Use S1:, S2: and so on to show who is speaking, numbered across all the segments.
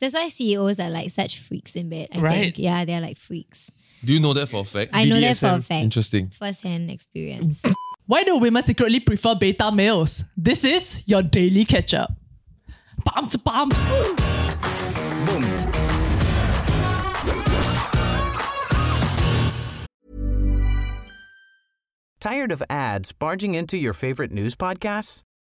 S1: That's why CEOs are like such freaks in bed. I
S2: Right.
S1: think. Yeah, they're like freaks.
S3: Do you know that for a fact?
S1: I know that for a
S2: BDSM.
S1: fact.
S3: Interesting.
S1: First hand experience.
S2: Why do women secretly prefer beta males? This is your daily catch up. Bam to bam.
S4: Tired of ads barging into your favorite news podcasts?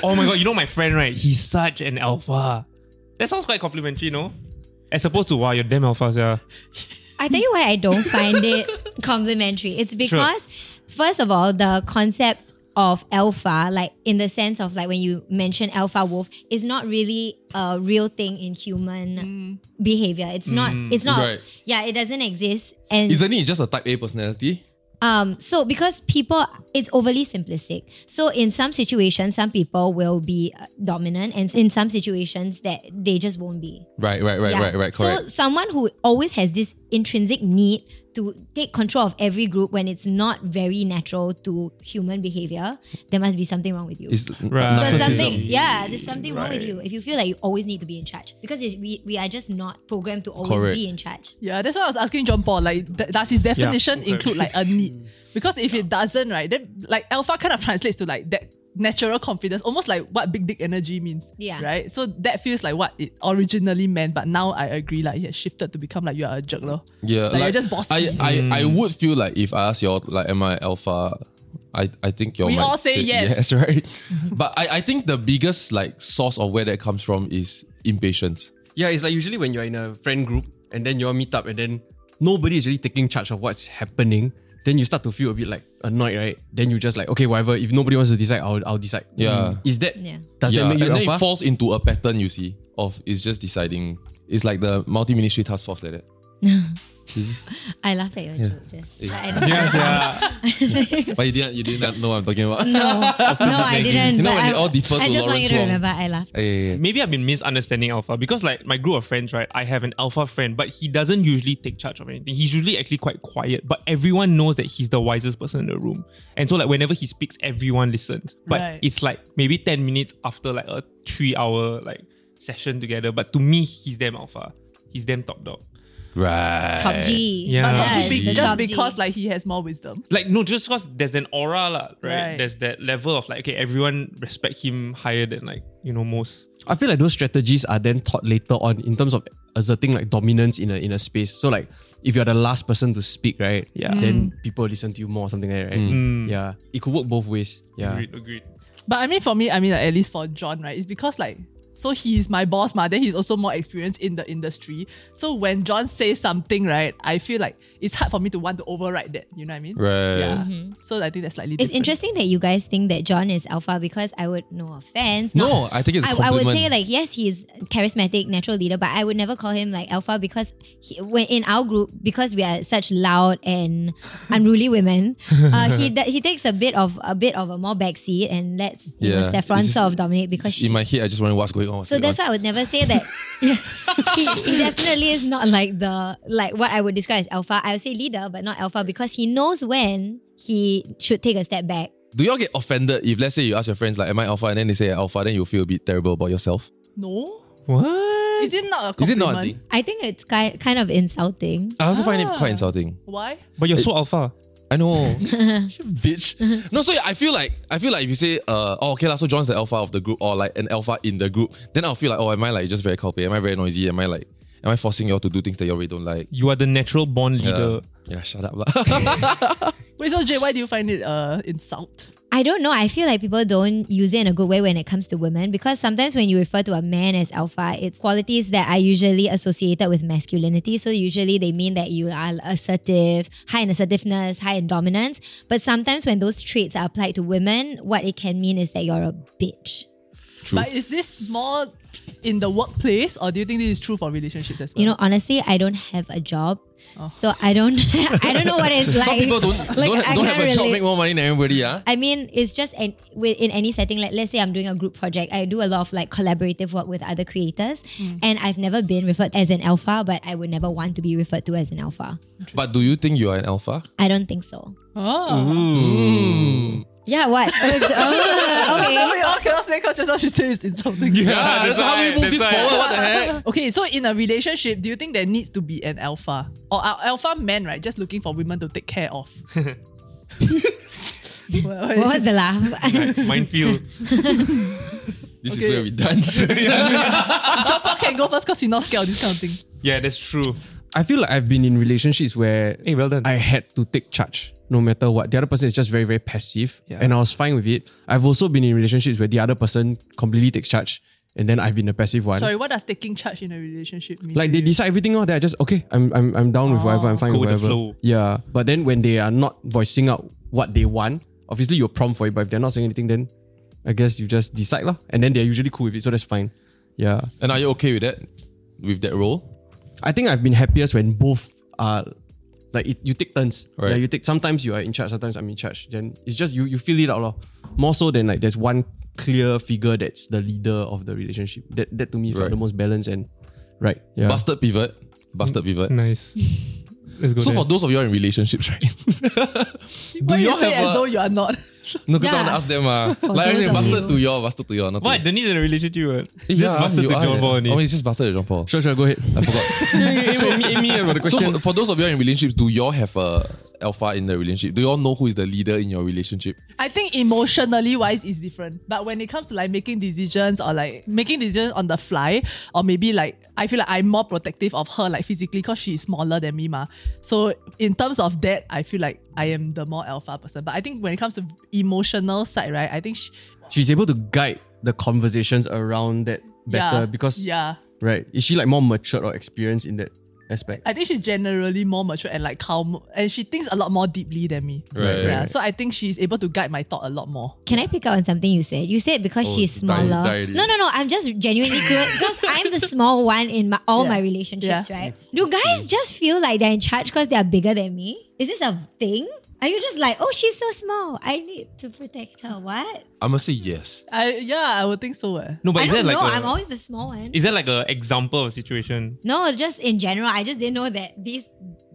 S5: oh my god, you know my friend, right? He's such an alpha. That sounds quite complimentary, no? As opposed to wow, you're damn alpha, yeah.
S1: I tell you why I don't find it complimentary. It's because, first of all, the concept of alpha, like in the sense of like when you mention alpha wolf, is not really a real thing in human behavior. It's not. It's not.
S3: Right.
S1: Yeah, it doesn't exist. And
S3: Isn't he just a type A personality?
S1: Um, so because people, it's overly simplistic. So in some situations, some people will be uh, dominant, and in some situations that they just won't be.
S3: Right, right, right,
S1: Yeah.
S3: right, right, correct.
S1: So someone who always has this intrinsic need to take control of every group when it's not very natural to human behavior, there must be something wrong with you.
S3: it's
S5: Right.
S1: There's
S3: narcissism.
S1: something, yeah, there's something wrong with
S5: Right.
S1: you if you feel like you always need to be in charge because it's, we we are just not programmed to always
S3: Correct.
S1: be in charge.
S2: Yeah, that's why I was asking John Paul. Like, th- does his definition
S5: okay.
S2: include like a need? Because if it doesn't, right, then like alpha kind of translates to like that natural confidence, almost like what big dick energy means.
S1: Yeah.
S2: Right. So that feels like what it originally meant, but now I agree. Like, it has shifted to become like you are a jerk, lor.
S3: Yeah,
S2: Like, you're just bossy.
S3: I, I, I would feel like if I ask y'all, like, am I alpha? I, I think y'all
S2: We
S3: might
S2: all say yes.
S3: yes, right? but I, I think the biggest like source of where that comes from is impatience.
S6: Yeah, it's like usually when you're in a friend group and then you all meet up and then nobody is really taking charge of what's happening, then you start to feel a bit like annoyed, right? Then you just like, okay, whatever. If nobody wants to decide, I'll, I'll decide.
S3: Yeah.
S6: Mm. Is that,
S1: Yeah.
S6: does
S3: yeah,
S6: that make you
S3: and then it
S6: alpha?
S3: falls into a pattern you see of it's just deciding. It's like the multi ministry task force like that.
S1: I laughed at your
S3: Yeah.
S1: joke just.
S3: Yeah.
S1: I didn't-
S5: yeah.
S3: But you didn't you didn't know what I'm talking about.
S1: No, no, I didn't.
S3: You know
S1: but
S3: when
S1: I,
S3: they all defer
S1: I
S3: to
S1: just want you
S3: Lawrence
S1: to
S3: Wong.
S1: remember I laughed.
S3: Yeah, yeah, yeah.
S5: Maybe I've been misunderstanding alpha because like my group of friends, right? I have an alpha friend, but he doesn't usually take charge of anything. He's usually actually quite quiet, but everyone knows that he's the wisest person in the room. And so like whenever he speaks, everyone listens. But
S2: Right.
S5: it's like maybe 10 minutes after like a three hour like session together. But to me, he's damn alpha. He's damn top dog.
S3: Right.
S1: Top G.
S5: Yeah.
S2: But
S5: Top
S2: just,
S1: Yes,
S2: be-
S1: the
S2: just
S1: top G.
S2: because like he has more wisdom.
S5: Like no, just because there's an aura, lah, right?
S2: Right.
S5: There's that level of like okay, everyone respect him higher than like you know most.
S6: I feel like those strategies are then taught later on in terms of asserting like dominance in a in a space. So like if you're the last person to speak, right?
S5: Yeah. Mm.
S6: Then people listen to you more or something like that, right? Yeah. It could work both ways. Yeah.
S5: Agreed, agreed.
S2: But I mean, for me, I mean, like, at least for John, right? It's because like, so he's my boss, ma. Then he's also more experienced in the industry. So when John says something, right, I feel like it's hard for me to want to override that. You know what I mean?
S3: Right.
S2: Yeah. So I think that's slightly.
S1: Mm-hmm. It's
S2: different.
S1: interesting that you guys think that John is alpha because I would, no offense. not-
S3: No, I think it's a
S1: I, I
S3: compliment.
S1: would say like yes, he's charismatic, natural leader, but I would never call him like alpha because he, when in our group, because we are such loud and unruly women, uh, he he takes a bit of a bit of a more backseat and lets you know,
S3: Yeah.
S1: Saffron
S3: It's just-
S1: sort of dominate because
S3: in my head, I just wonder what's going going on. what's
S1: So
S3: going
S1: that's
S3: on.
S1: why I would never say that. yeah, he, he definitely is not like the like what I would describe as alpha. I would say leader, but not alpha because he knows when he should take a step back.
S3: Do y'all get offended if, let's say, you ask your friends, like, am I alpha? And then they say alpha, then you feel a bit terrible about yourself?
S2: No?
S5: What?
S2: Is it not a
S3: Is
S2: compliment?
S3: it not a thing?
S1: I think it's ki- kind of insulting.
S3: I also find it
S2: Ah.
S3: quite insulting.
S2: Why?
S5: But you're so alpha.
S3: I know. Bitch. No, so I feel like I feel like if you say uh oh okay lah, so John's the alpha of the group or like an alpha in the group, then I'll feel like, oh am I like just very culpy? Am I very noisy? Am I like am I forcing y'all to do things that you already don't like?
S5: You are the natural born leader.
S3: Yeah, shut up. lah.
S2: Wait, so Jay, why do you find it uh insult?
S1: I don't know. I feel like people don't use it in a good way when it comes to women because sometimes when you refer to a man as alpha, it's qualities that are usually associated with masculinity. So usually they mean that you are assertive, high in assertiveness, high in dominance. But sometimes when those traits are applied to women, what it can mean is that you're a bitch.
S2: But is this more in the workplace or do you think this is true for relationships as well?
S1: You know, honestly, I don't have a job. So I don't I don't know what it's like.
S3: Oh. Some people don't
S1: Like,
S3: don't,
S1: I
S3: don't
S1: can't
S3: have a job,
S1: relate.
S3: make more money than everybody, ah.
S1: I mean, it's just an, wi- in any setting. Like, let's say I'm doing a group project. I do a lot of like collaborative work with other creators, and I've never been referred as an alpha, but I would never want to be referred to as an alpha.
S3: But do you think you are an alpha?
S1: I don't think so.
S2: oh.
S1: Yeah, what? Oh, okay.
S2: We all cannot say cause just now she said it's insulting.
S3: Yeah,
S5: Ah, that's
S3: so how
S5: why-
S3: we move
S5: that's
S3: this
S5: why.
S3: forward? What the heck?
S2: Okay, so in a relationship, do you think there needs to be an alpha? Or are alpha men, right, just looking for women to take care of? Well,
S1: What was the laugh?
S5: Like, minefield.
S3: This
S2: Okay.
S3: is where we dance.
S2: Papa can go first because he's not scared of this kind of thing.
S5: Yeah, that's true.
S6: I feel like I've been in relationships where
S5: Hey, well done.
S6: I had to take charge no matter what. The other person is just very, very passive.
S5: Yeah.
S6: And I was fine with it. I've also been in relationships where the other person completely takes charge and then I've been the passive one.
S2: Sorry, what does taking charge in a relationship mean?
S6: Like they decide everything, oh, they're just okay, I'm I'm I'm down with whatever, I'm fine
S5: Go
S6: with
S5: with the
S6: whatever.
S5: flow.
S6: Yeah. But then when they are not voicing out what they want, obviously you're prompt for it, but if they're not saying anything, then I guess you just decide lah. And then they're usually cool with it, so that's fine. Yeah.
S3: and are you okay with that? With that role?
S6: I think I've been happiest when both are like it, you take turns.
S3: Right.
S6: Yeah, you take sometimes you are in charge, sometimes I'm in charge. Then it's just you you feel it out lor. More so than like there's one clear figure that's the leader of the relationship. That that to me felt
S3: Right.
S6: the most balanced and right. Yeah.
S3: Bastard pivot. Bastard pivot.
S5: Nice. Let's go.
S3: So
S5: there.
S3: for those of you who are in relationships, right?
S2: Why
S3: do
S2: you
S3: y'all
S2: say
S3: have
S2: as
S3: a-
S2: though you are not?
S3: No,
S1: Yeah.
S3: because I want to ask them. Uh, like,
S1: those
S3: I mean,
S1: of
S3: bastard
S1: you.
S3: to y'all, bastard to y'all. Not to
S5: what? Denise in a relationship. What?
S3: Yeah,
S5: just bastard
S3: you
S5: to
S3: are
S5: John
S3: there.
S5: Paul only.
S3: Oh, it's just bastard to John Paul.
S6: Sure, sure, go ahead.
S3: I forgot.
S6: so, me, me about the
S3: so for, for those of you who are in relationships, do y'all have a alpha in the relationship? Do y'all know who is the leader in your relationship?
S2: I think emotionally wise is different. But when it comes to like making decisions or like making decisions on the fly, or maybe like I feel like I'm more protective of her like physically because she's smaller than me, ma. So in terms of that, I feel like I am the more alpha person. But I think when it comes to emotional side, right, I think she,
S6: She's able to guide the conversations around that better
S2: yeah,
S6: because
S2: yeah,
S6: right. Is she like more matured or experienced in that aspect?
S2: I think she's generally more mature and like calm, and she thinks a lot more deeply than me.
S3: Right,
S2: Yeah.
S3: right.
S2: So I think she's able to guide my thought a lot more.
S1: Can I pick up on something you said? You said because
S3: Oh,
S1: she's
S3: die- die
S1: smaller.
S3: already.
S1: no, no, no. I'm just genuinely curious because I'm the small one in my, all
S2: Yeah.
S1: my relationships,
S2: Yeah.
S1: right? Do
S5: Mm.
S1: guys just feel like they're in charge because they're bigger than me? Is this a thing? Are you just like, oh, she's so small. I need to protect her. What?
S3: I must say yes.
S2: I yeah, I would think so. Eh.
S5: no, but
S1: I
S5: is
S1: don't
S5: that like
S1: know.
S5: a,
S1: i I'm always the small one.
S5: is that like a example of a situation?
S1: no, just in general. I just didn't know that these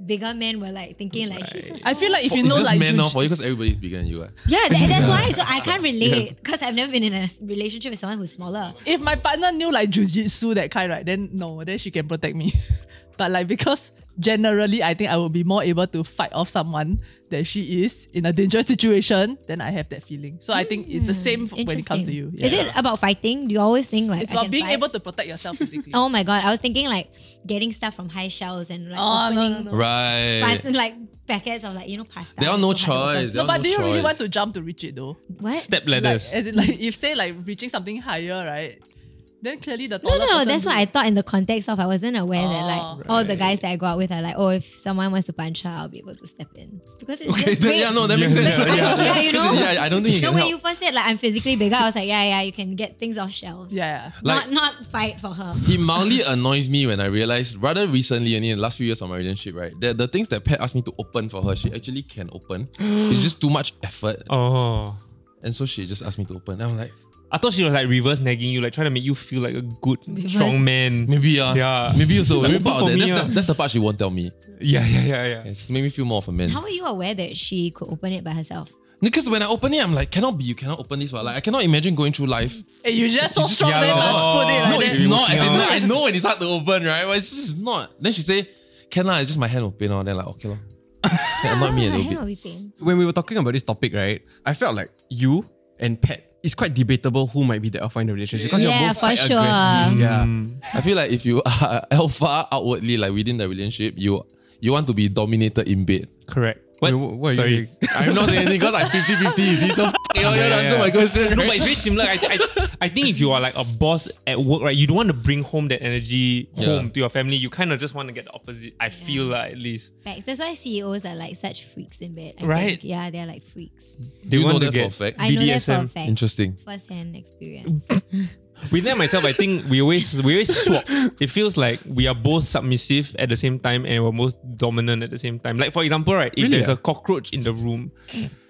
S1: bigger men were like thinking like she's so small.
S2: I feel like if
S3: For-
S2: you
S3: it's
S2: know
S3: just
S2: like
S3: men
S2: Juj-
S3: off for you because everybody's bigger than you. ah.
S1: yeah, that, that's why. So I can't relate because I've never been in a s- relationship with someone who's smaller.
S2: if my partner knew like jujitsu that kind, right, then no, then she can protect me. but like because generally I think I would be more able to fight off someone that she is in a dangerous situation, then I have that feeling. So I think it's the same f- when it comes to you.
S1: Hmm, Interesting.
S2: Yeah.
S1: Is it about fighting? Do you always think like
S2: it's
S1: I
S2: about
S1: can
S2: being
S1: fight?
S2: able to protect yourself physically.
S1: Oh my god! I was thinking like getting stuff from high shelves and like
S2: Oh, no,
S1: opening
S2: no,
S3: Right.
S1: pas- like packets of like you know pasta.
S3: They all
S1: It's
S3: no
S1: so hard to
S3: choice.
S1: open.
S3: They
S2: No,
S3: all
S2: but
S3: no
S2: do you really
S3: choice.
S2: want to jump to reach it though?
S1: What?
S5: Step
S2: Like,
S5: ladders.
S2: as in like if say like reaching something higher, right? Then clearly the
S1: no,
S2: taller
S1: no, no.
S2: person
S1: That's what
S2: will-
S1: I thought in the context of. I wasn't aware that
S2: Oh.
S1: like all the guys that I go out with are like, oh, if someone wants to punch her, I'll be able to step in because it's
S3: Okay,
S1: just
S3: then-
S1: way-
S3: yeah, no, that makes sense.
S1: Like,
S3: Yeah,
S1: yeah,
S3: yeah.
S1: you know.
S3: Yeah, I don't think you
S1: no,
S3: can
S1: when
S3: help.
S1: you first said like I'm physically bigger, I was like, yeah, yeah, you can get things off shelves.
S2: yeah.
S3: Like-
S1: not not fight for her.
S3: it mildly annoys me when I realize, rather recently, and in the last few years of my relationship, right, that the things that Pat asked me to open for her, she actually can open. it's just too much effort.
S5: Oh.
S3: And so she just asked me to open. And I'm like,
S5: I thought she was like reverse nagging you, like trying to make you feel like a good
S1: Reverse-
S5: strong man.
S3: Maybe uh,
S5: Yeah.
S3: Maybe also.
S5: Like,
S3: Maybe
S5: open
S3: part
S5: for
S3: of that.
S5: me,
S3: That's,
S5: ah.
S3: the, that's the part she won't tell me.
S5: Yeah, yeah, yeah, yeah.
S3: Yeah, just make me feel more of a man.
S1: How were you aware that she could open it by herself?
S3: Because when I open it, I'm like, cannot be. You cannot open this. But like, I cannot imagine going through life.
S2: Hey, you just so strong,
S5: yeah,
S2: then
S5: lor.
S2: must put it like
S3: no,
S5: then-
S3: it's
S2: that.
S3: not. As in,
S5: Working
S3: no,
S5: out.
S3: I know when it's hard to open, right? But it's just not. Then she say, can lah, It's just my hand will pain. Oh, then like, okay lah. That annoyed me a
S1: Ah,
S3: little
S1: hand
S3: bit.
S1: will be pain.
S6: when we were talking about this topic, right? I felt like you and Pat. It's quite debatable who might be the alpha in the relationship because
S1: Yeah,
S6: you're both
S1: for
S6: quite
S1: sure.
S6: aggressive. Yeah.
S5: Mm,
S3: I feel like if you are alpha outwardly, like within the relationship, you you want to be dominated in bed.
S5: Correct. What?
S6: Wait, wh- what are you
S5: Sorry.
S6: saying?
S3: I'm not saying anything because I'm 50 50. You see, so f- you don't
S5: yeah,
S3: answer
S5: yeah.
S3: my question.
S5: No,
S3: right?
S5: but it's very similar. I, I, I think if you are like a boss at work, right, you don't want to bring home that energy
S3: Yeah.
S5: home to your family. You kind of just want to get the opposite. I feel like at least
S1: Facts. That's why CEOs are like such freaks in bed. I
S5: Right.
S1: Think. Yeah, they're like freaks.
S5: they
S3: Do you know
S5: want to
S3: that for a
S5: get
S3: fact?
S1: I know that for a
S5: BDSM.
S1: fact.
S3: Interesting.
S1: First hand experience.
S5: With that myself, I think we always we always swap. It feels like we are both submissive at the same time and we're both dominant at the same time. Like for example, right, if
S6: Really,
S5: there's
S6: ah?
S5: a cockroach in the room,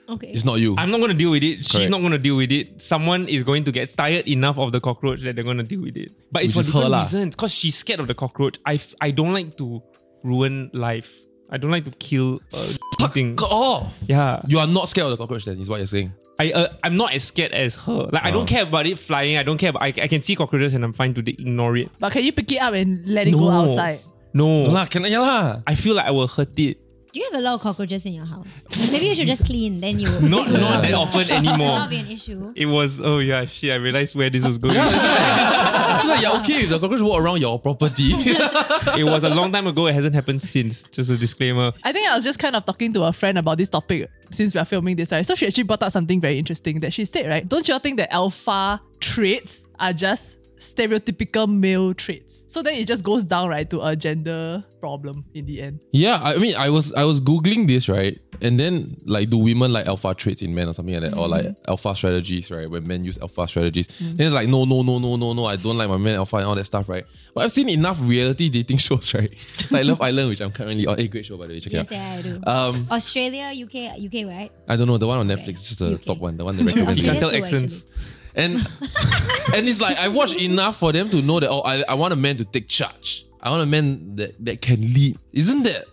S1: Okay.
S3: It's not you.
S5: I'm not gonna deal with it. She's
S3: Correct.
S5: not gonna deal with it. Someone is going to get tired enough of the cockroach that they're gonna deal with it. But it's
S3: Which is
S5: for
S3: her
S5: different
S3: lah.
S5: reasons. Cause she's scared of the cockroach. I f- I don't like to ruin life. I don't like to kill uh,
S3: Fuck
S5: thing.
S3: off.
S5: Yeah,
S3: You are not scared of the cockroach, then, is what you're saying.
S5: I uh, I'm not as scared as her. Like I don't
S3: Oh.
S5: care about it flying. I don't care. About, I I can see cockroaches and I'm fine to ignore it.
S2: But can you pick it up and let it
S5: No.
S2: go outside?
S5: No,
S3: No lah, can I? Yeah lah.
S5: I feel like I will hurt it.
S1: Do you have a lot of cockroaches in your house? Maybe you should just clean, then you
S5: Not
S1: it will
S5: not that
S1: be-
S5: often
S1: it will
S5: anymore.
S1: not be an issue.
S5: It was oh yeah shit. I realized where this was going.
S3: It's like you're okay if the cockroach walk around your property.
S5: it was a long time ago. It hasn't happened since. Just a disclaimer.
S2: I think I was just kind of talking to a friend about this topic since we are filming this, right? So she actually brought up something very interesting that she said, right? Don't you all think that alpha traits are just stereotypical male traits? So then it just goes down, right, to a gender problem in the end.
S3: yeah, I mean, I was I was googling this right, and then like, do women like alpha traits in men or something like that, or
S1: Mm.
S3: like alpha strategies, right? When men use alpha strategies, then it's like, no, no, no, no, no, no, I don't like my man alpha and all that stuff, right? But I've seen enough reality dating shows, right? like Love Island, which I'm currently on. A great show by the way, check
S1: Yes,
S3: it out.
S1: yeah, I do.
S5: Uh,
S3: Um,
S1: Australia, UK, UK, right?
S3: I don't know the one on
S1: Okay.
S3: Netflix, just the
S1: UK.
S3: top one, the one that recommends.
S5: You
S1: Australia
S5: can't tell
S1: too,
S5: accents.
S1: actually.
S3: And and it's like I watch enough for them to know that oh I, I want a man to take charge. I want a man that, that can lead. Isn't that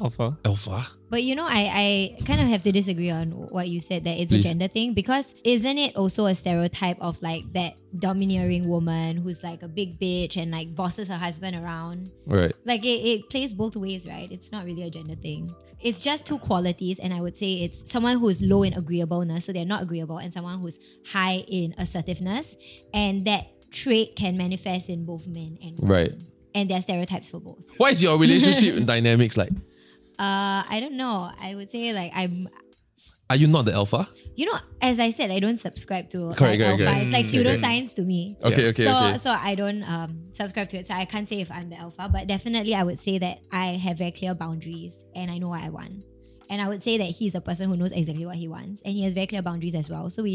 S5: Alpha.
S3: alpha?
S1: But you know, I, I kind of have to disagree on what you said that it's
S3: Please.
S1: a gender thing because isn't it also a stereotype of like that domineering woman who's like a big bitch and like bosses her husband around?
S3: Right.
S1: Like it, it plays both ways, right? It's not really a gender thing. It's just two qualities, and I would say it's someone who's low in agreeableness, so they're not agreeable, and someone who's high in assertiveness, and that trait can manifest in both men and women.
S3: Right.
S1: And there are stereotypes for both.
S3: What is your relationship dynamics like?
S1: Uh, I don't know. I would say like I'm
S3: Are you not the alpha?
S1: you know, as I said, I don't subscribe to like,
S3: Correct, correct,
S1: alpha.
S3: correct. Mm,
S1: It's like pseudoscience to me.
S3: Okay,
S5: Yeah.
S3: okay,
S1: so, so I don't um, subscribe to it. So I can't say if I'm the alpha, but definitely I would say that I have very clear boundaries and I know what I want. And I would say that he's a person who knows exactly what he wants, and he has very clear boundaries as well. So we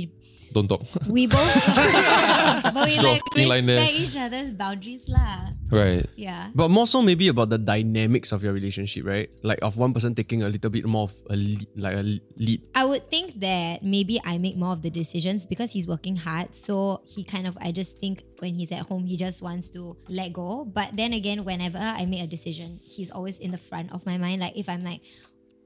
S3: Don't talk.
S1: we both but we
S3: Draw a
S1: like
S3: thin line there.
S1: respect each other's boundaries lah.
S3: Right.
S1: Yeah,
S6: But more so maybe about the dynamics of your relationship, right? Like of one person taking a little bit more of a lead, like a lead.
S1: I would think that maybe I make more of the decisions because he's working hard. So he kind of, I just think when he's at home, he just wants to let go. But then again, whenever I make a decision, he's always in the front of my mind. Like if I'm like,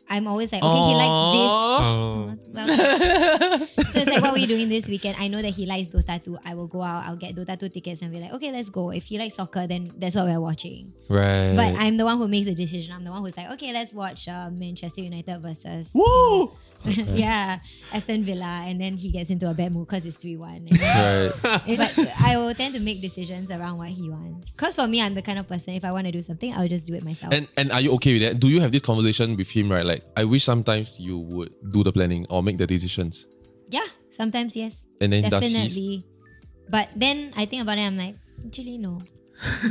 S1: I'm always like, okay, he likes this.
S5: Oh.
S1: Well, so it's like, what were you doing this weekend? I know that he likes Dota 2. I will go out, I'll get Dota 2 tickets and be like, okay, let's go. If he likes soccer, then that's what we're watching.
S3: Right.
S1: But I'm the one who makes the decision. I'm the one who's like, okay, let's watch uh, Manchester United versus
S2: Woo!
S1: yeah, Aston Villa, and then he gets into a bad mood because it's 3 1. but
S3: right.
S1: I will tend to make decisions around what he wants. Because for me, I'm the kind of person, if I want to do something, I'll just do it myself.
S3: And and are you okay with that? Do you have this conversation with him, right? Like I wish sometimes you would do the planning or make the decisions.
S1: yeah, sometimes yes.
S3: And then does he-
S1: Definitely. But then I think about it, I'm like, actually, no.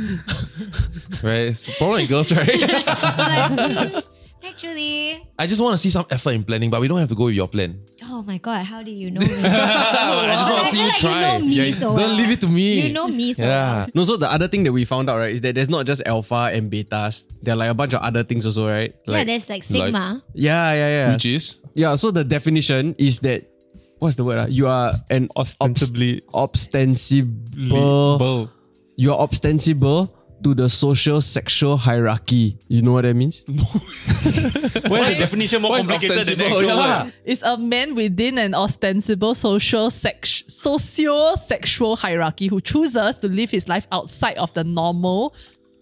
S3: Right? It's a problem with girls, right?
S1: I'm like, "Hmm, actually,
S3: I just want to see some effort in planning, but we don't have to go with your plan.
S1: oh my God, how do you know me?
S3: I just want
S1: I
S3: to
S1: feel
S3: see Oh, you
S1: like you
S3: try.
S1: know me
S3: Yeah,
S1: so
S3: don't
S1: well.
S3: leave it to me.
S1: you know me, so
S3: Yeah.
S6: No, so the other thing that we found out, right, is that there's not just alpha and betas. There are like a bunch of other things also, right?
S1: yeah,
S6: Like,
S1: there's like Sigma.
S6: yeah, yeah, yeah.
S3: Which is
S6: Yeah, so the definition is that what's the word? ah? You are an obs-
S5: Ostensibly-
S6: ostensible.
S5: Bull.
S6: You are ostensible to the social sexual hierarchy. You know what that means?
S5: Why is the definition more
S3: Why is
S5: complicated than the
S3: ostensible?
S5: actual
S3: Oh, Yeah
S5: word?
S3: lah.
S2: It's a man within an ostensible social sex- socio-sexual hierarchy who chooses to live his life outside of the normal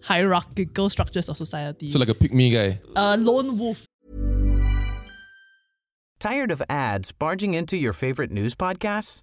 S2: hierarchical structures of society.
S3: So like a pick me guy.
S2: a lone wolf.
S4: Tired of ads barging into your favorite news podcasts?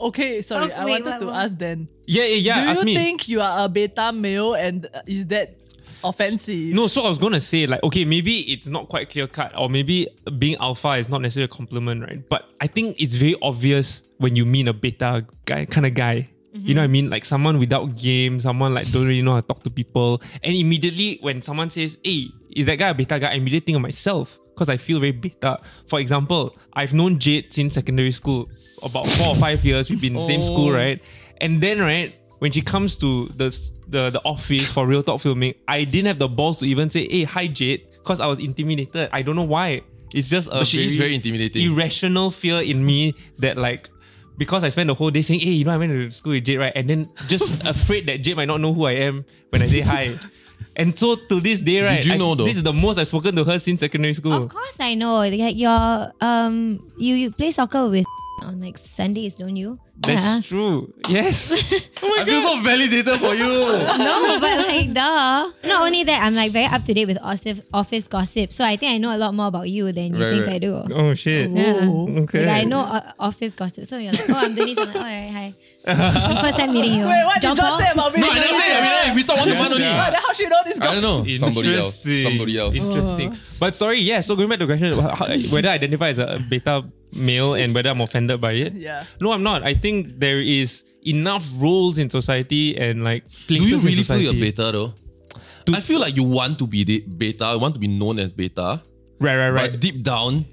S2: Okay, sorry.
S1: Oh,
S2: I
S1: wait,
S2: wanted
S1: what-
S2: to
S1: what?
S2: ask then.
S5: Yeah, yeah, yeah.
S2: Do
S5: ask
S2: you
S5: me.
S2: think you are a beta male and uh, is that offensive?
S5: No, so I was gonna say like, okay, maybe it's not quite clear cut, or maybe being alpha is not necessarily a compliment, right? But I think it's very obvious when you mean a beta guy kind of guy. You know what I mean? Like someone without game, someone like don't really know how to talk to people, and immediately when someone says, "Hey, is that guy a beta guy?" I immediately think of myself because I feel very beta. For example, I've known Jade since secondary school, about four or five years. We've been in the same school, right? And then right when she comes to the the, the office for real talk filming, I didn't have the balls to even say, "Hey, hi Jade," because I was intimidated. I don't know why. It's just a
S3: But she is very intimidating.
S5: irrational fear in me that like. Because I spent the whole day saying, "Hey, you know, I went to school with Jade, right?" And then just afraid that Jade might not know who I am when I say hi. And so to this day, right?
S3: you
S5: I-
S3: know, though?
S5: This is the most I've spoken to her since secondary school.
S1: Of course, I know. Like your um, you, you play soccer with on like Sundays, don't you?
S5: That's
S1: Yeah.
S5: true. Yes.
S3: I feel so validated for you.
S1: no, but like duh. Not only that, I'm like very up to date with office office gossip, so I think I know a lot more about you than you
S3: Right,
S1: think
S3: right.
S1: I do.
S5: oh shit.
S1: Yeah.
S5: Okay.
S1: Like, I know uh, office gossip, so you're like, oh, I'm Denise. I'm like, all right, hi. First time meeting you.
S2: Wait, what did John say about me?
S3: No, I never say. I mean, I- we talk one to one only.
S2: Why,
S3: I
S2: then how should you know this guy?
S3: don't know. Somebody else.
S5: Interesting.
S3: Somebody else.
S5: Interesting. But sorry, yeah. So going back to the question, about how, whether I identify as a beta male and whether I'm offended by it.
S2: Yeah.
S5: No, I'm not. I think there is enough roles in society and like
S3: Do
S5: places
S3: you
S5: in
S3: really feel
S5: society.
S3: you're beta though? I feel like you want to be the beta, you want to be known as beta,
S5: Right, right, right.
S3: but deep down,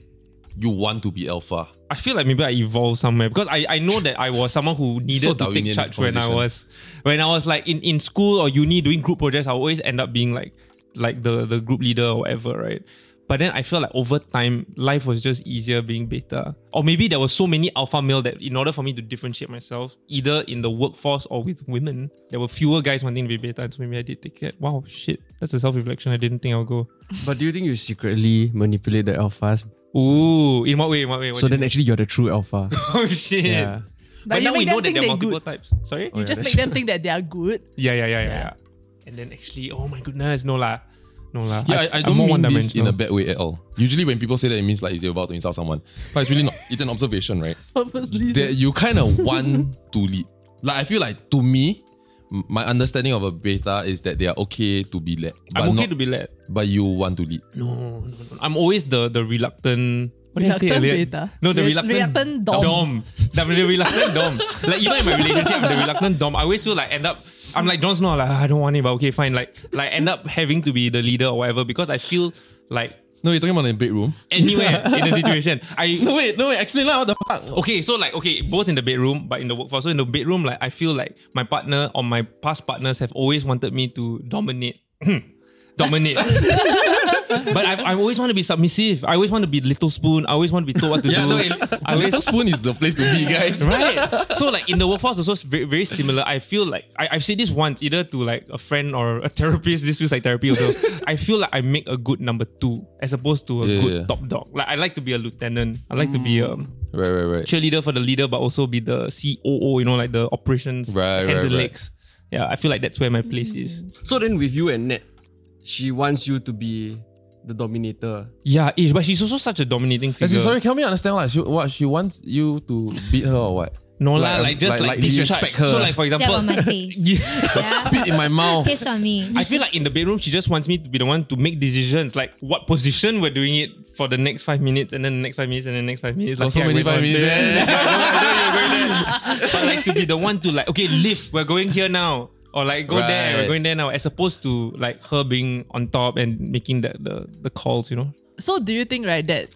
S3: you want to be alpha.
S5: I feel like maybe I evolved somewhere because I, I know that I was someone who needed
S3: So
S5: to take
S3: Darwinian, this
S5: charge when I
S3: conversation.
S5: was when I was like in, in school or uni doing group projects, I always end up being like like the, the group leader or whatever, right? But then I feel like over time life was just easier being beta. Or maybe there was so many alpha male that in order for me to differentiate myself, either in the workforce or with women, there were fewer guys wanting to be beta, and so maybe I did take it. Wow shit. That's a self-reflection I didn't think I'll go.
S6: But do you think you secretly manipulate the alphas?
S5: Ooh, in what way? In what way? What
S6: So
S5: do you-
S6: then actually you're the true alpha.
S5: Oh shit.
S6: yeah.
S2: But
S5: But,
S2: you
S5: now
S2: make
S5: we
S2: them
S5: know that
S2: think
S5: there are
S2: they're
S5: multiple
S2: good.
S5: types. Sorry?
S2: You just
S6: that's
S2: make them think that they are good.
S5: Yeah, yeah, yeah, yeah,
S2: Yeah.
S5: yeah. And then actually, oh my goodness, no la. No la.
S3: Yeah, I, I don't mean this in
S5: dimensional.
S3: a bad way at all. Usually, when people say that, it means like you're about to insult someone, but it's really not. It's an observation, right?
S2: Purposely.
S3: That you kind of want to lead. Like I feel like to me, m- my understanding of a beta is that they are okay to be led, but
S5: I'm okay
S3: not,
S5: to be led.
S3: but you want to lead.
S5: No, no, no. I'm always the the reluctant. What did I say
S2: Reluctant
S5: earlier?
S2: beta.
S5: No, the
S2: Re-
S5: reluctant,
S2: reluctant dom.
S5: dom. The re- reluctant dom. Like even in my relationship, I'm the reluctant dom. I always feel like end up. I'm like John Snow. Like "Ah, I don't want it, but okay, fine. Like like end up having to be the leader or whatever because I feel like
S3: No, you're talking about in the bedroom.
S5: anywhere in the situation. I
S3: No wait, no wait. Explain lah. What the fuck?
S5: okay, so like okay, both in the bedroom, but in the workforce. So in the bedroom, like I feel like my partner or my past partners have always wanted me to dominate. dominate. but I, I always want to be submissive. I always want to be little spoon. I always want to be told what to
S3: Yeah,
S5: do.
S3: no. It,
S5: I always
S3: little spoon is the place to be, guys.
S5: right. So like in the workforce also it's very, very similar. I feel like I, I've said this once either to like a friend or a therapist. This feels like therapy also. I feel like I make a good number two as opposed to a
S3: Yeah,
S5: good
S3: yeah. Mm.
S5: top dog. Like I like to be a lieutenant. I like to be a
S3: Right, right, right.
S5: cheerleader for the leader, but also be the COO. You know, like the operations
S3: Right,
S5: hands
S3: right,
S5: and
S3: right.
S5: legs. Yeah, I feel like that's where my place is.
S1: Mm.
S6: So then with you and Nat, she wants you to be the dominator.
S5: Yeah, ish, but she's also such a dominating figure.
S3: As in, sorry, can help me understand what she, what she wants you to beat her or what?
S5: No lah,
S3: Like,
S5: like,
S3: um,
S5: just
S3: like-
S5: like,
S3: like
S5: disrespect
S3: disrespect
S5: her.
S3: her.
S5: So like for
S1: Step
S5: example,
S1: on my face.
S5: yeah.
S1: yeah.
S3: Spit in my mouth.
S1: Piss on me.
S5: I feel like in the bedroom she just wants me to be the one to make decisions, like what position we're doing it for the next five minutes, and then the next five minutes, and then the next five minutes.
S3: Oh,
S5: Like,
S3: so
S5: yeah,
S3: many
S5: wait
S3: five
S5: on
S3: minutes.
S5: this.
S3: Yeah, yeah, yeah.
S5: but like to be the one to like okay lift we're going here now or like go there
S3: Right.
S5: we're going there now as opposed to like her being on top and making the the, the calls you know
S2: So do you think right that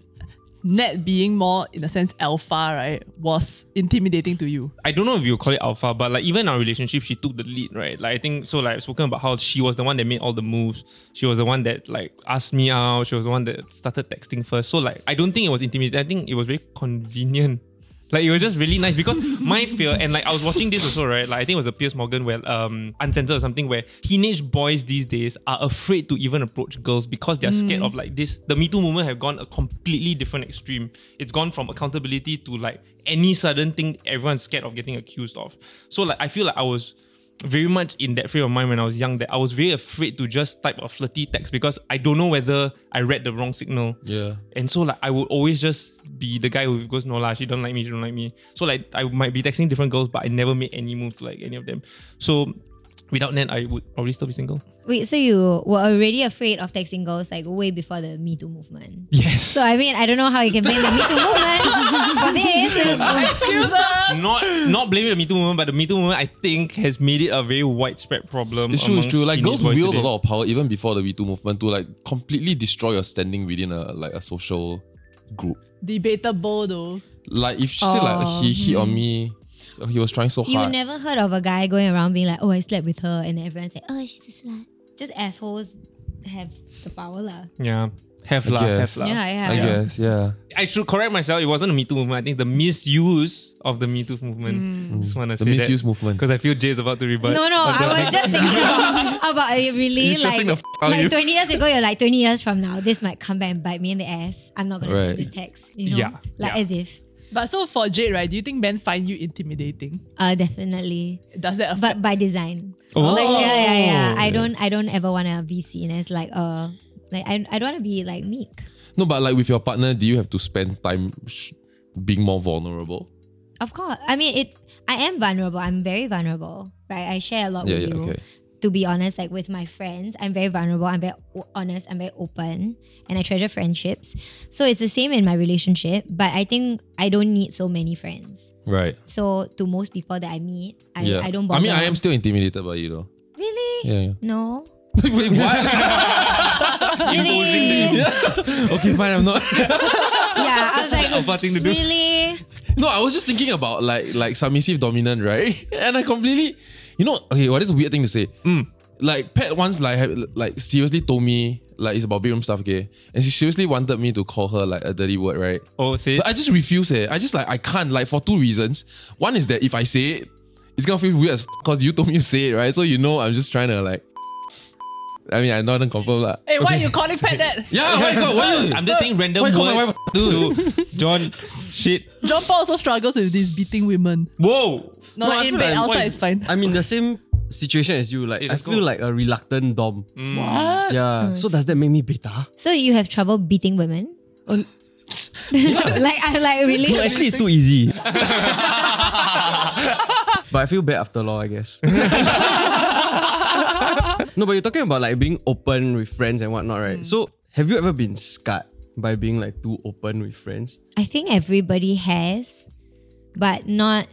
S2: Ned being more in a sense alpha right was intimidating to you?
S5: i don't know if you call it alpha but like even our relationship she took the lead right like i think so like i've spoken about how she was the one that made all the moves she was the one that like asked me out she was the one that started texting first so like i don't think it was intimidating i think it was very convenient like it was just really nice because my fear and like I was watching this also right like I think it was a Piers Morgan where um uncensored or something where teenage boys these days are afraid to even approach girls because they're scared of like this the Me Too movement have gone a completely different extreme it's gone from accountability to like any sudden thing everyone's scared of getting accused of so like I feel like I was very much in that frame of mind when I was young that I was very afraid to just type a flirty text because I don't know whether I read the wrong signal
S3: Yeah.
S5: and so like I would always just be the guy who goes, no lah, she don't like me, she don't like me. So like I might be texting different girls, but I never made any move to like any of them. So without Ned, I would probably still be single.
S1: Wait, so you were already afraid of texting girls like way before the Me Too movement?
S5: Yes.
S1: So I mean, I don't know how you can blame the Me Too movement for this.
S2: Excuse us.
S5: not not blaming the Me Too movement, but the Me Too movement I think has made it a very widespread problem.
S3: It's true, it's
S5: amongst
S3: true. Like
S5: teenage
S3: girls
S5: boys
S3: wield a
S5: today.
S3: lot of power even before the Me Too movement to like completely destroy your standing within a like a social group.
S2: Debatable though.
S3: Like if she said
S1: Oh,
S3: like he hit on me, he was trying so
S1: You
S3: hard.
S1: never heard of a guy going around being like, "Oh, I slept with her," and everyone's like, "Oh, she's a slut." Just assholes have the power, lah.
S5: Yeah. Have lah,
S3: guess.
S5: have lah.
S1: Yeah, yeah.
S3: I guess, yeah.
S5: I should correct myself. It wasn't the Me Too movement. I think the misuse of the Me Too movement. Just want to
S3: The
S5: say
S3: misuse
S5: that
S3: movement.
S5: because I feel Jay is about to rebut.
S1: no, no, I was just thinking about, about it really
S3: You're stressing
S1: like,
S3: the f- out of
S1: like
S3: you.
S1: 20 years ago, you're like, 20 years from now, this might come back and bite me in the ass. I'm not going
S3: Right.
S1: to send this text, you know?
S5: Yeah,
S1: Like
S5: yeah.
S1: as if.
S2: But so for Jade, right? Do you think men find you intimidating?
S1: Uh, definitely.
S2: Does that
S1: But
S2: affect?
S1: by design.
S5: Oh.
S1: Like, yeah, yeah,
S3: Oh.
S1: yeah. I don't, I don't ever want to be seen as like, uh, like I, I don't want to be like meek.
S3: No, but like with your partner, do you have to spend time sh- being more vulnerable?
S1: Of course. I mean, it, I am vulnerable. I'm very vulnerable, right? I share a lot
S3: Yeah,
S1: with
S3: yeah,
S1: you.
S3: okay.
S1: to be honest, like with my friends, I'm very vulnerable, I'm very o- honest, I'm very open, and I treasure friendships. So it's the same in my relationship, but I think I don't need so many friends.
S3: Right.
S1: So to most people that I meet, I,
S3: yeah.
S1: I don't bother.
S3: I mean, I am still intimidated by you though.
S1: really
S3: Yeah.
S1: no.
S3: Wait, what?
S1: Really? yeah,
S3: okay, fine. I'm not.
S1: I was like,
S5: alpha thing to do.
S1: really?
S3: No, I was just thinking about like like submissive dominant, right? And I completely, you know, okay, what is a weird thing to say? Mm. Like Pat once like had, like seriously told me like it's about bedroom stuff, okay? And she seriously wanted me to call her like a dirty word, right?
S5: Oh, say
S3: But I just refuse it. I just like I can't like for two reasons. One is that if I say it, it's gonna feel weird as because you told me to say it, right? So you know I'm just trying to like. I mean, I'm not gonna confirm that.
S2: hey, why you calling Pat that?
S3: Yeah, why God, why you?
S5: I'm just saying random
S3: Why you call my
S5: words
S3: wife dude?
S5: to John. Shit.
S2: John Paul also struggles with this beating women.
S5: Whoa.
S2: No,
S6: I
S2: like in
S6: feel
S2: bed,
S6: like-
S2: outside
S6: why-
S2: is fine.
S6: I'm in the same situation as you. Like
S5: Hey,
S6: I
S5: let's
S6: feel
S5: go. Mm.
S6: like a reluctant dom.
S2: What?
S6: Yeah. So does that make me beta?
S1: So you have trouble beating women?
S6: Uh,
S1: like I like really?
S6: No, actually, it's too easy. but I feel bad after law, I guess. no, but you're talking about like being open with friends and whatnot, right?
S1: Mm.
S6: So, have you ever been scarred by being like too open with friends?
S1: I think everybody has, but not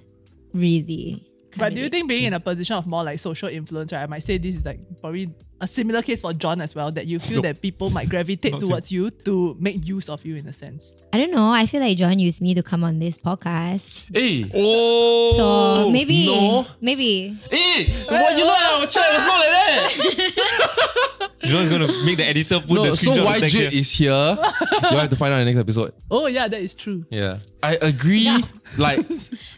S1: really. Can't
S2: But do you
S1: relate.
S2: think being in a position of more like social influence, right? I might say this is like probably a similar case for John as well, that you feel that people might gravitate towards you to make use of you in a sense.
S1: I don't know. I feel like John used me to come on this podcast.
S3: Hey,
S5: Oh.
S1: So maybe,
S3: no.
S1: maybe.
S3: hey, what you know? Our chat was not like that.
S5: John's gonna make the editor put the
S3: No,
S5: screenshot.
S3: so
S5: of
S3: why
S5: the
S3: Jade is here, you'll have to find out in the next episode.
S2: Oh yeah, that is true.
S3: Yeah. I agree.
S1: Yeah.
S3: Like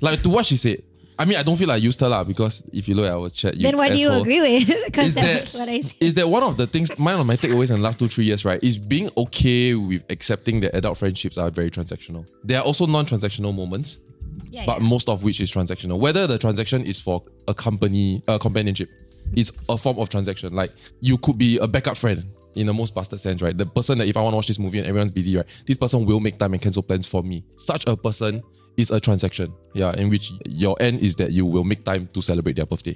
S3: like to what she said. I mean I don't feel like I used her lah because if you look at our chat, you
S1: then what do you
S3: asshole,
S1: agree with? Because
S3: Is that-
S1: that's what I said.
S3: Is that one of the things mine of my takeaways in the last two, three years, right? Is being okay with accepting that adult friendships are very transactional. There are also non-transactional moments,
S1: Yeah,
S3: but most of which is transactional. Whether the transaction is for a company uh, companionship, it's a form of transaction. Like you could be a backup friend in the most bastard sense, right? The person that if I want to watch this movie and everyone's busy, right? This person will make time and cancel plans for me. Such a person It's a transaction, yeah, in which your end is that you will make time to celebrate their birthday.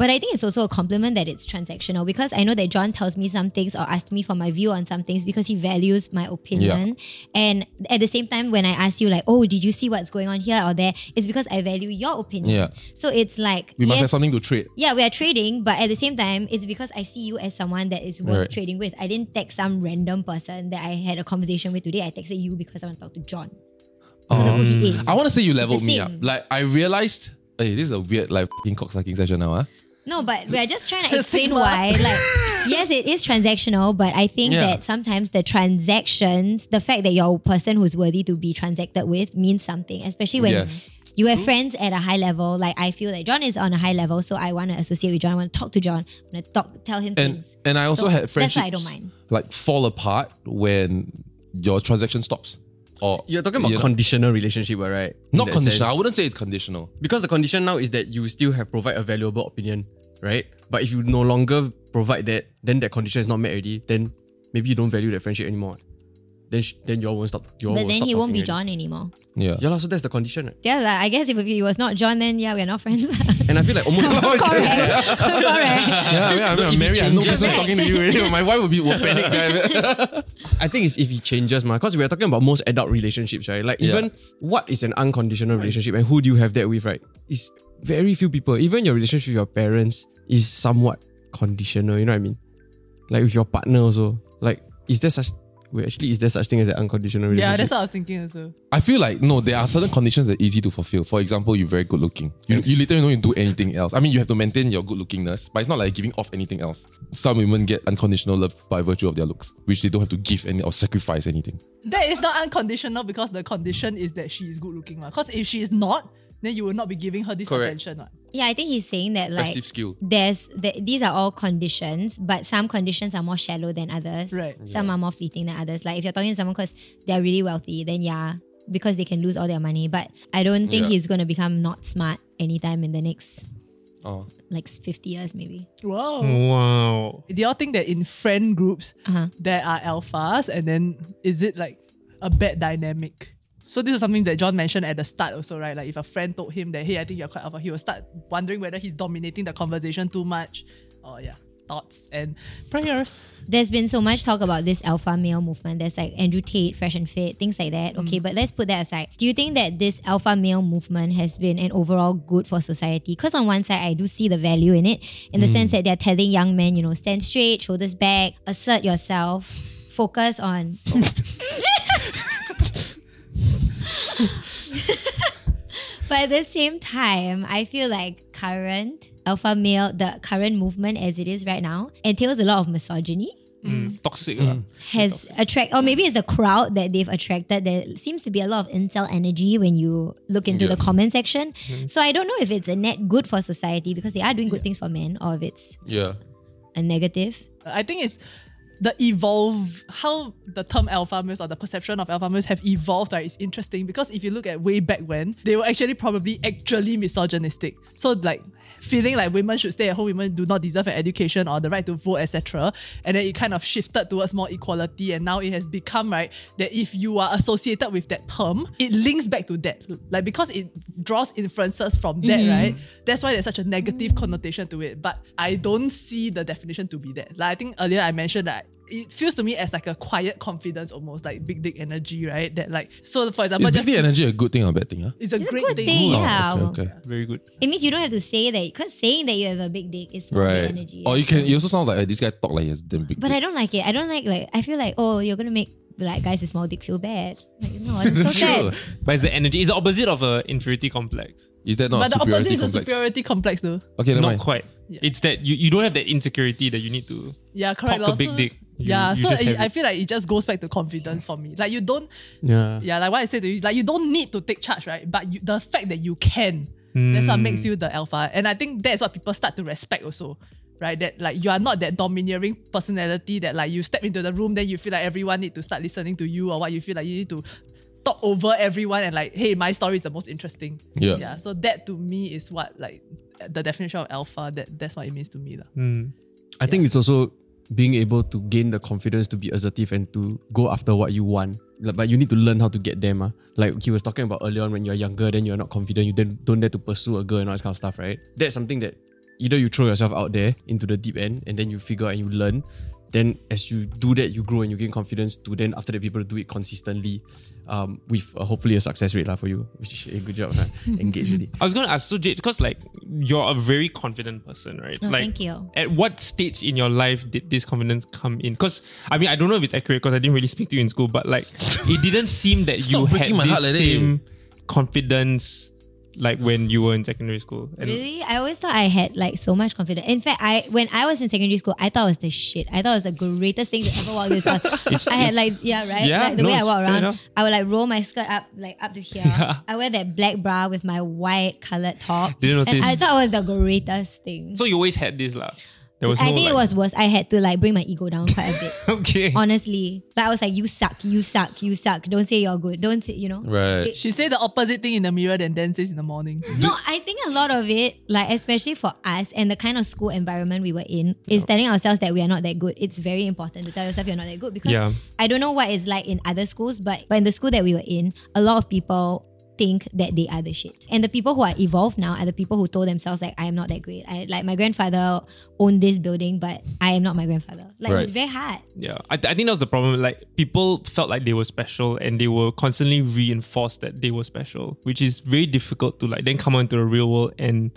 S1: But I think it's also a compliment that it's transactional because I know that John tells me some things or asks me for my view on some things because he values my opinion. And at the same time, when I ask you, like, oh, did you see what's going on here or there? It's because I value your opinion.
S3: Yeah.
S1: So it's like,
S3: We must
S1: yes,
S3: have something to trade.
S1: yeah, we are trading, but at the same time, it's because I see you as someone that is worth
S3: Right.
S1: trading with. I didn't text some random person that I had a conversation with today. I texted you because I want to talk to John. Because of who he is.
S3: I want to say you leveled me up.
S1: same.
S3: Like I realized, hey, this is a weird like fucking cock sucking session now, huh?
S1: No, but we are just trying to explain why. Like, yes, it is transactional, but I think
S3: Yeah.
S1: that sometimes the transactions, the fact that you're a person who's worthy to be transacted with, means something. Especially when
S3: Yes.
S1: you have friends at a high level. Like, I feel that John is on a high level, so I want to associate with John. I want to talk to John. I want to talk, tell him
S3: And
S1: things.
S3: and I also
S1: So
S3: had friendships
S1: that's why I don't mind.
S3: like fall apart when your transaction stops. Or
S6: You're talking about
S3: you know,
S6: conditional relationship, what, right? In
S3: not
S6: that
S3: conditional. I
S6: sense.
S3: wouldn't say it's conditional.
S6: Because the condition now is that you still have provide a valuable opinion, right? But if you no longer provide that, then that condition is not met already. Then maybe you don't value that friendship anymore. Then sh- then you all won't stop. You all
S1: But
S6: will
S1: then
S6: stop
S1: he won't be
S6: talking already.
S1: John anymore.
S3: Yeah.
S6: Yeah, lah, so that's the condition, right?
S1: Yeah, like, I guess if he was not John, then yeah, we're not friends.
S6: And I feel like almost
S1: Correct. Correct.
S3: Yeah, I mean, I mean, I'm married. I have no
S6: changes-
S3: business talking to you. Already. My wife will be will panic. sia.
S6: I think it's if it changes, man. Because we are talking about most adult relationships, right? Like
S3: Yeah.
S6: even what is an unconditional relationship and who do you have that with, right? It's very few people. Even your relationship with your parents is somewhat conditional. You know what I mean? Like with your partner also. Like is there such? Wait, actually, is there such thing as an unconditional relationship?
S2: Yeah, that's what I was thinking also.
S3: I feel like no, there are certain conditions that are easy to fulfill. For example, you're very good looking. You, you literally don't need to do anything else. I mean, you have to maintain your good lookingness, but it's not like giving off anything else. Some women get unconditional love by virtue of their looks, which they don't have to give any or sacrifice anything.
S2: That is not unconditional because the condition is that she is good looking. Because if she is not, then you will not be giving her this
S3: Correct.
S2: attention. what.
S1: Yeah, I think he's saying that like
S3: Passive skill.
S1: there's th- these are all conditions, but some conditions are more shallow than others.
S2: Right.
S1: Some are more fleeting than others. Like if you're talking to someone because they're really wealthy, then yeah, because they can lose all their money. But I don't think
S3: Yeah.
S1: he's gonna become not smart anytime in the next
S3: Oh.
S1: like 50 years maybe.
S2: Wow.
S5: Wow.
S2: Do y'all think that in friend groups
S1: Uh-huh.
S2: there are alphas and then is it like a bad dynamic? So this is something that John mentioned at the start also, right? Like if a friend told him that hey, I think you're quite alpha, he will start wondering whether he's dominating the conversation too much. Or yeah, thoughts and prayers.
S1: There's been so much talk about this alpha male movement. There's like Andrew Tate, Fresh and Fit, things like that. Okay, but let's put that aside. Do you think that this alpha male movement has been an overall good for society? Because on one side, I do see the value in it, in the sense that they're telling young men, you know, stand straight, shoulders back, assert yourself, focus on. but at the same time, I feel like current alpha male, the current movement as it is right now, entails a lot of misogyny
S5: Hmm, Toxic. ah. lah.
S1: has attract or maybe it's the crowd that they've attracted there seems to be a lot of incel energy when you look into
S3: Yeah. Hmm.
S1: the comment section so i don't know if it's a net good for society because they are doing good things for men or if it's
S3: Yeah.
S1: a negative
S2: I think it's the evolve how the term alpha males or the perception of alpha males have evolved right is interesting because if you look at way back when they were actually probably actually misogynistic so like feeling like women should stay at home women do not deserve an education or the right to vote etc and then it kind of shifted towards more equality and now it has become right that if you are associated with that term it links back to that like because it draws inferences from that
S1: Mm.
S2: right that's why there's such a negative connotation to it but i don't see the definition to be that like i think earlier i mentioned that it feels to me as like a quiet confidence almost like big dick energy right that like so for example
S3: Is
S2: just
S3: just, energy a good thing or a bad thing? Huh?
S2: it's a
S1: it's a
S2: great
S1: good
S2: thing,
S1: thing
S3: Oh,
S1: yeah
S3: okay, okay.
S5: Very good.
S1: it means you don't have to say that because saying that you have a big dick is not good
S3: Right.
S1: energy
S3: Or you can. It also sounds like eh, this guy talk like he has damn big.
S1: but i don't like it i don't like like i feel like oh you're gonna make like guys with small dick feel bad like no it's so sad
S5: But it's the energy. It's the opposite of a inferiority complex.
S3: Is that not
S2: but
S3: a
S2: the opposite
S3: superiority
S2: is a
S3: complex?
S2: superiority complex though
S3: Okay, never
S5: Not
S3: mind.
S5: quite.
S2: Yeah.
S5: It's that you, you don't have that insecurity that you need to
S2: yeah correct
S5: Cock a
S2: lor.
S5: big
S2: So-
S5: dick. You-
S2: yeah
S5: you
S2: so
S5: just
S2: I,
S5: have
S2: I
S5: it.
S2: feel like it just goes back to confidence for me like you don't
S6: yeah.
S2: yeah like what i said to you like you don't need to take charge right but you, the fact that you can That's what makes you the alpha. And I think that's what people start to respect also. Right? That like you are not that domineering personality that like you step into the room, then you feel like everyone need to start listening to you or what you feel like you need to talk over everyone and like, hey, my story is the most interesting.
S3: Yeah.
S2: Yeah. So that to me is
S5: hmm.
S2: what like the definition of alpha, that that's what it means to me. lah.
S6: I think it's also being able to gain the confidence to be assertive and to go after what you want. Like, But you need to learn how to get them. ah. Like he was talking about earlier on when you're younger, then you're not confident, you then don't dare to pursue a girl and all this kind of stuff, right? That's something that either you throw yourself out there into the deep end and then you figure out and you learn. Then as you do that, you grow and you gain confidence to then after that people do it consistently um, with uh, hopefully a success rate lah for you, which is a good job. lah. Engage already.
S5: I was going to ask, so Jade, because like you're a very confident person, right?
S1: No,
S5: like,
S1: thank you.
S5: At what stage in your life did this confidence come in? Because I mean, I don't know if it's accurate because I didn't really speak to you in school, but like it didn't seem that you
S3: Stop
S5: had
S3: breaking my
S5: this
S3: heart like that, eh.
S5: same confidence like when you were in secondary school. And
S1: Really? I always thought I had like so much confidence. In fact, I when I was in secondary school, I thought it was the shit. I thought it was the greatest thing to ever walk this earth. I had like yeah, right?
S5: yeah,
S1: like, the
S5: no,
S1: way I
S5: it's
S1: walk
S5: fair
S1: around,
S5: enough.
S1: I would like roll my skirt up like up to here. I wear that black bra with my white colored top.
S5: Didn't
S1: and
S5: notice.
S1: I thought it was the greatest thing.
S5: So you always had this, lah. There was
S1: I
S5: no,
S1: think
S5: like,
S1: it was worse. I had to like bring my ego down quite a bit.
S5: okay.
S1: Honestly. Like I was like, you suck, you suck, you suck. Don't say you're good. Don't say you know.
S3: Right.
S2: She said the opposite thing in the mirror than Dan says in the morning.
S1: No, I think a lot of it, like especially for us and the kind of school environment we were in, is telling ourselves that we are not that good. It's very important to tell yourself you're not that good because
S5: Yeah.
S1: I don't know what it's like in other schools, but but in the school that we were in, a lot of people think that they are the shit. And the people who are evolved now are the people who told themselves like I am not that great. I like my grandfather owned this building, but I am not my grandfather. Like it's
S3: Right.
S1: very hard.
S5: Yeah, I, th- I think that was the problem. Like people felt like they were special, and they were constantly reinforced that they were special, which is very difficult to like then come out into the real world and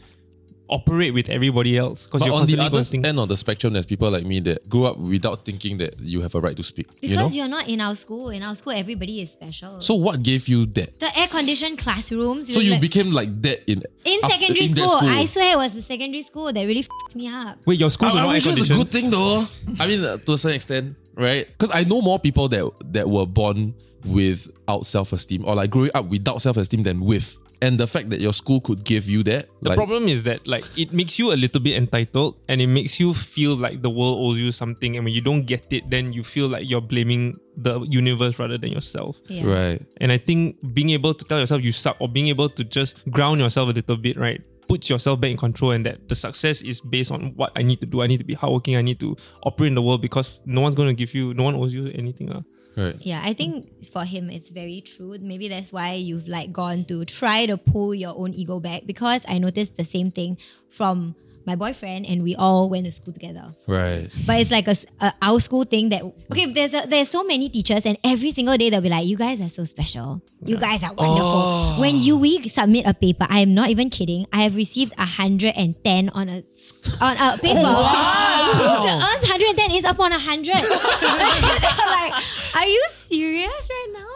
S5: operate with everybody else because
S3: But
S5: you're
S3: on the
S5: constantly
S3: other
S5: going to think.
S3: end of the spectrum, there's people like me that grew up without thinking that you have a right to speak. you know.
S1: Because you are not in our school. In our school everybody is special.
S3: so what gave you that?
S1: the air conditioned classrooms.
S3: So
S1: we
S3: you
S1: like-
S3: became like that in
S1: In
S3: after-
S1: secondary
S3: in that
S1: school, I swear it was the secondary school that really f***ed me up.
S5: Wait, your schools
S3: I,
S5: are
S3: I
S5: not air
S3: wish it was a good
S5: conditioned.
S3: thing though. I mean, uh, to a certain extent, right? Because I know more people that that were born without self esteem or like growing up without self esteem than with. And the fact that your school could give you that,
S5: The
S3: like,
S5: problem is that like it makes you a little bit entitled, and it makes you feel like the world owes you something, and when you don't get it, then you feel like you're blaming the universe rather than yourself.
S1: Yeah.
S3: right?
S5: And I think being able to tell yourself you suck or being able to just ground yourself a little bit, right? Puts yourself back in control and that the success is based on what I need to do. I need to be hardworking. I need to operate in the world because no one's going to give you, no one owes you anything. Uh.
S3: Right.
S1: Yeah, I think for him it's very true. Maybe that's why you've like gone to try to pull your own ego back because I noticed the same thing from my boyfriend and we all went to school together.
S3: Right.
S1: But it's like a, s- a our school thing that okay. There's a, there's so many teachers, and every single day they'll be like, "You guys are so special. You guys are wonderful."
S2: Oh.
S1: When you we submit a paper, I am not even kidding. I have received hundred and ten on a s- on a
S2: Oh,
S1: paper. the earns hundred and ten is upon hundred. like, are you serious right now?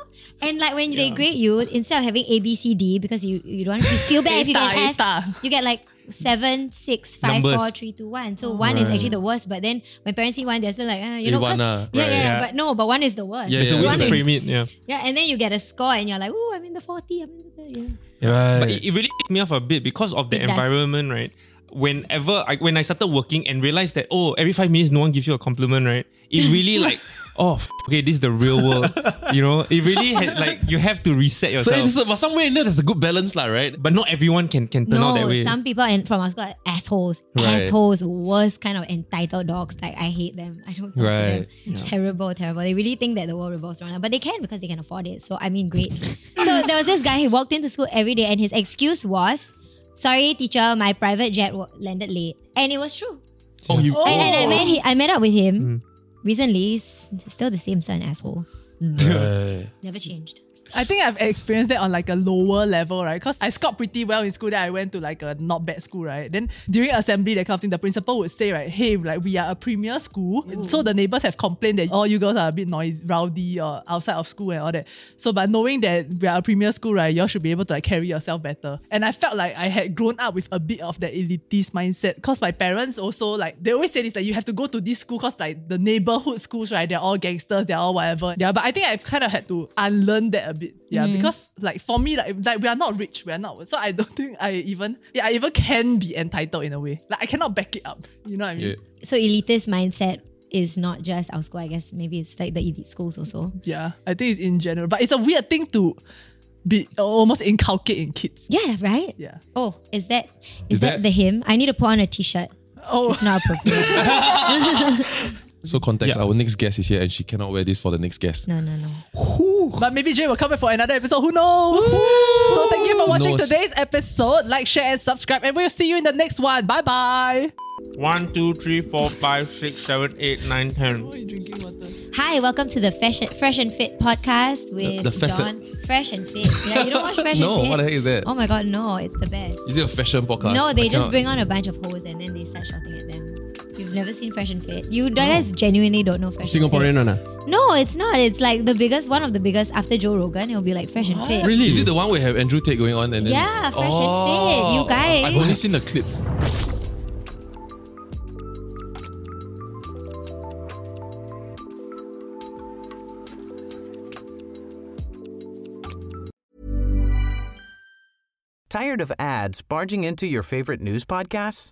S1: And like when they grade you, instead of having A B C D because you you don't you feel bad
S2: A
S1: if you
S2: star,
S1: get
S2: A
S1: F,
S2: star.
S1: you get like seven, six, five,
S5: Numbers.
S1: four, three, two, one. So one is actually the worst. But then when parents see one, they're still like, ah, you
S3: Eh,
S1: know,
S3: one
S1: 'cause-
S3: ah,
S1: yeah,
S3: right,
S1: yeah,
S5: yeah.
S1: But no, but one is the worst.
S3: Yeah,
S5: It's a
S3: yeah,
S5: way
S1: One
S5: to
S1: is-
S5: frame it. Yeah.
S1: yeah, and then you get a score, and you're like, oh, I'm in the forty. I'm in the yeah.
S3: Right.
S5: But it, it really picked me off a bit because of the
S1: It does.
S5: environment, right? Whenever I when I started working and realized that oh every five minutes no one gives you a compliment, right? It really like oh f- okay this is the real world, you know. It really had, like you have to reset
S3: so
S5: yourself.
S3: it's, but somewhere in there, there's a good balance, lah, right?
S5: but not everyone can can turn out that way.
S1: No, some people and from our school are assholes,
S3: Right.
S1: assholes, worst kind of entitled dogs. Like I hate them. I don't talk to them.
S3: Right.
S1: Terrible, terrible. They really think that the world revolves around them, but they can because they can afford it. So I mean, great. so there was this guy. He walked into school every day, and his excuse was, "Sorry, teacher, my private jet wa- landed late," and it was true.
S3: Oh, you.
S1: And, and I met he, I met up with him
S3: Hmm.
S1: recently. He's still the same son asshole.
S3: oh, Right.
S1: Never changed.
S2: I think I've experienced that on like a lower level, right? Because I scored pretty well in school. Then I went to like a not bad school, right? Then during assembly, that kind of thing, the principal would say, right, hey, like we are a premier school, so the neighbors have complained that all you girls are a bit noisy, rowdy, or outside of school and all that. So, but knowing that we are a premier school, right, y'all should be able to like carry yourself better. And I felt like I had grown up with a bit of that elitist mindset because my parents also like they always say this like you have to go to this school because like the neighborhood schools, right? They're all gangsters, they're all whatever. Yeah, but I think I've kind of had to unlearn that a bit. Yeah, because like for me, like like we are not rich, we are not so I don't think I even yeah, I even can be entitled in a way. Like I cannot back it up. You know what I mean?
S3: Yeah.
S1: So elitist mindset is not just our school. I guess maybe it's like the elite schools also.
S2: Yeah, I think it's in general, but it's a weird thing to be almost inculcate in kids.
S1: Yeah, right.
S2: Yeah.
S1: Oh, is that is,
S3: Is
S1: that,
S3: that-
S1: the him? I need to put on a t-shirt.
S2: Oh,
S1: Not appropriate.
S3: So context,
S5: Yeah.
S3: our next guest is here and she cannot wear this for the next guest.
S1: No, no, no.
S2: But maybe Jay will come back for another episode. Who knows? So thank you for watching
S3: Knows.
S2: today's episode. Like, share, and subscribe. And we'll see you in the next one. Bye bye.
S5: One, two, three, four, five, six, seven, eight, nine, ten.
S1: Hi, welcome to the Fresh and, Fresh and Fit podcast with
S3: the facet.
S1: John. Fresh and Fit. Yeah, you don't watch Fresh
S3: no,
S1: and Fit?
S3: what the heck is that?
S1: Oh my god, no, it's the best.
S3: Is it a fashion podcast?
S1: No,
S3: I
S1: they just
S3: cannot-
S1: bring on a bunch of hoes and then they start shouting at them. You've never seen Fresh and Fit. You guys genuinely don't know Fresh
S6: Singaporean
S1: and
S6: one, ah?
S1: Fit. No, it's not. It's like the biggest, one of the biggest after Joe Rogan. It'll be like Fresh and Fit.
S6: Really?
S3: Is it the one we have Andrew Tate going on? And then, Oh.
S1: Yeah, Fresh and Fit, you guys.
S3: I've only seen the clips.
S4: Tired of ads barging into your favorite news podcasts?